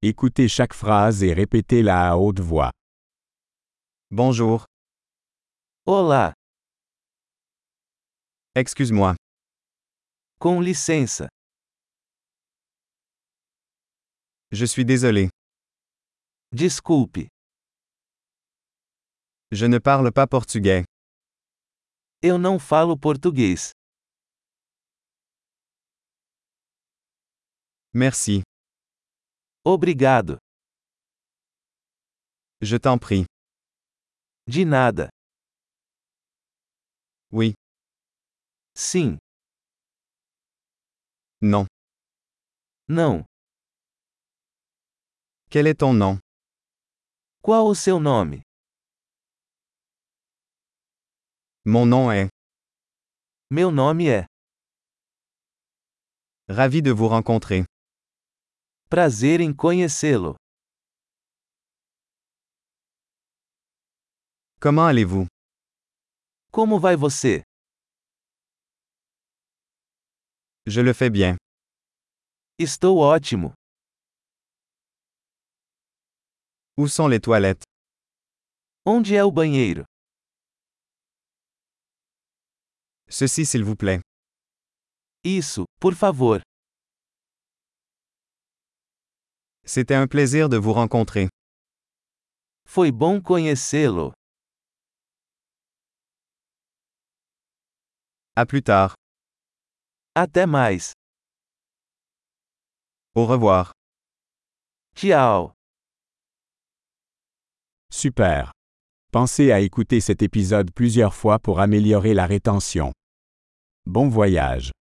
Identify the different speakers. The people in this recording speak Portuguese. Speaker 1: Écoutez chaque phrase et répétez-la à haute voix.
Speaker 2: Bonjour,
Speaker 3: Olá,
Speaker 2: excuse-moi,
Speaker 3: com licença.
Speaker 2: je suis désolé,
Speaker 3: Desculpe,
Speaker 2: je ne parle pas portugais.
Speaker 3: eu não falo português.
Speaker 2: Merci,
Speaker 3: Obrigado.
Speaker 2: je t'en prie.
Speaker 3: De nada.
Speaker 2: Oui,
Speaker 3: Sim,
Speaker 2: non.
Speaker 3: não.
Speaker 2: Quel est ton nom
Speaker 3: Qual o seu nome?
Speaker 2: Mon nom est.
Speaker 3: Meu nome é.
Speaker 2: Ravi de vous rencontrer.
Speaker 3: Prazer em conhecê-lo.
Speaker 2: Comment allez-vous
Speaker 3: Como vai você?
Speaker 2: Je le fais bien.
Speaker 3: Estou ótimo.
Speaker 2: Où sont les toilettes
Speaker 3: Onde é o banheiro?
Speaker 2: Ceci s'il vous plaît.
Speaker 3: Isso, por favor.
Speaker 2: C'était un plaisir de vous rencontrer.
Speaker 3: Foi bom conhecê-lo.
Speaker 2: À plus tard.
Speaker 3: Até mais.
Speaker 2: Au revoir.
Speaker 3: Tchau.
Speaker 1: Super. Pensez à écouter cet épisode plusieurs fois pour améliorer la rétention. Bon voyage.